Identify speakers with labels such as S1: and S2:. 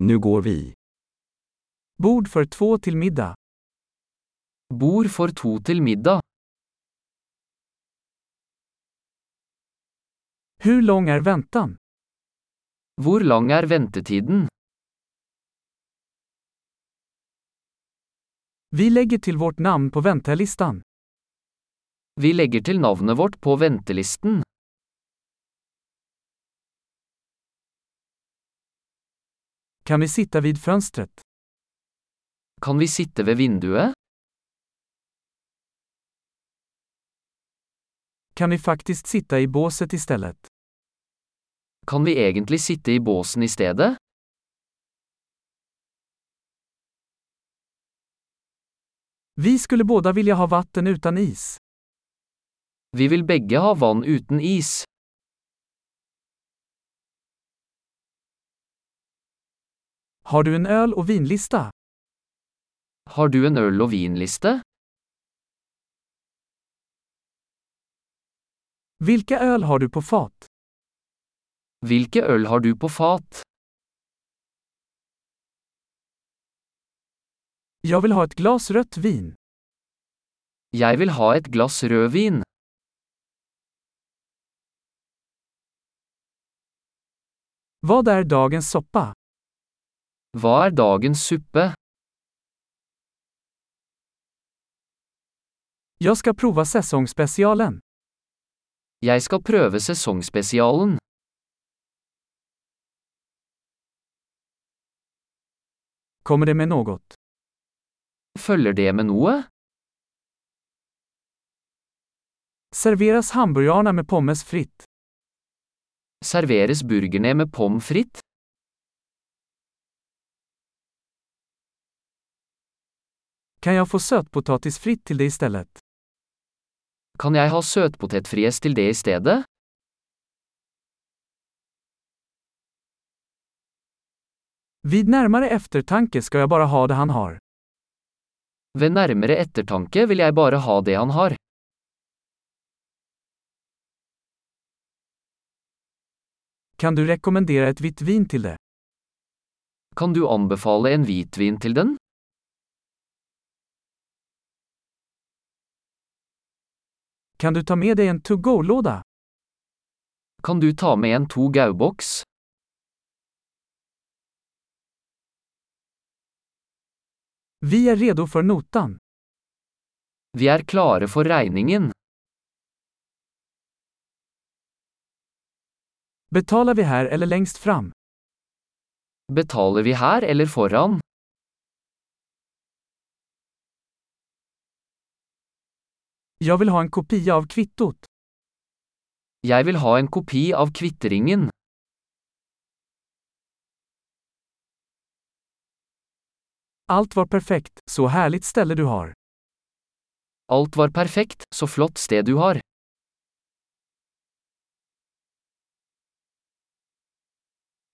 S1: Nu går vi.
S2: Bord för två till middag.
S3: Bord for to til middag.
S2: Hur lång är väntan?
S3: Hvor lang er ventetiden?
S2: Vi lägger till vårt namn på väntelistan.
S3: Vi legger til navnet vårt på ventelisten.
S2: Kan vi sitta vid fönstret?
S3: Kan vi sitte ved vinduet?
S2: Kan vi faktiskt sitta i båset istället?
S3: Kan vi egentlig sitte i båsen i stedet?
S2: Vi skulle båda vilja ha vatten utan is.
S3: Vi vil begge ha vann uten is.
S2: Har du en öl och vinlista?
S3: Har du en øl- og vinliste?
S2: Vilka öl har du på fat?
S3: Hvilke øl har du på fat?
S2: Jag vill ha ett glas rött vin.
S3: Jeg vil ha et glass rødvin.
S2: Vad är dagens soppa?
S3: Hva er dagens suppe?
S2: Jag ska prova säsongsspecialen.
S3: Jeg skal prøve sesongspesialen.
S2: Kommer det med något?
S3: Følger det med noe?
S2: Serveras hamburgarna med pommes fritt.
S3: Serveres burgerne med pommes frites?
S2: Kan jag få sötpotatis fritt till det istället?
S3: Kan jeg ha søtpotetfries til det i stedet?
S2: Vid närmare eftertanke ska jag bara ha det han har.
S3: Ved nærmere ettertanke vil jeg bare ha det han har.
S2: Kan du rekommendera ett vitt vin till det?
S3: Kan du anbefale en hvitvin til den?
S2: Kan du ta med dig en to-go-låda?
S3: Kan du ta med en to gau-boks?
S2: Vi är redo för notan.
S3: Vi er klare for regningen.
S2: Betalar vi här eller längst fram?
S3: Betaler vi her eller foran?
S2: Jag vill ha en kopia av kvittot.
S3: Jeg vil ha en kopi av kvitteringen.
S2: Allt var perfekt, så härligt ställe du har.
S3: Alt var perfekt, så flott sted du har.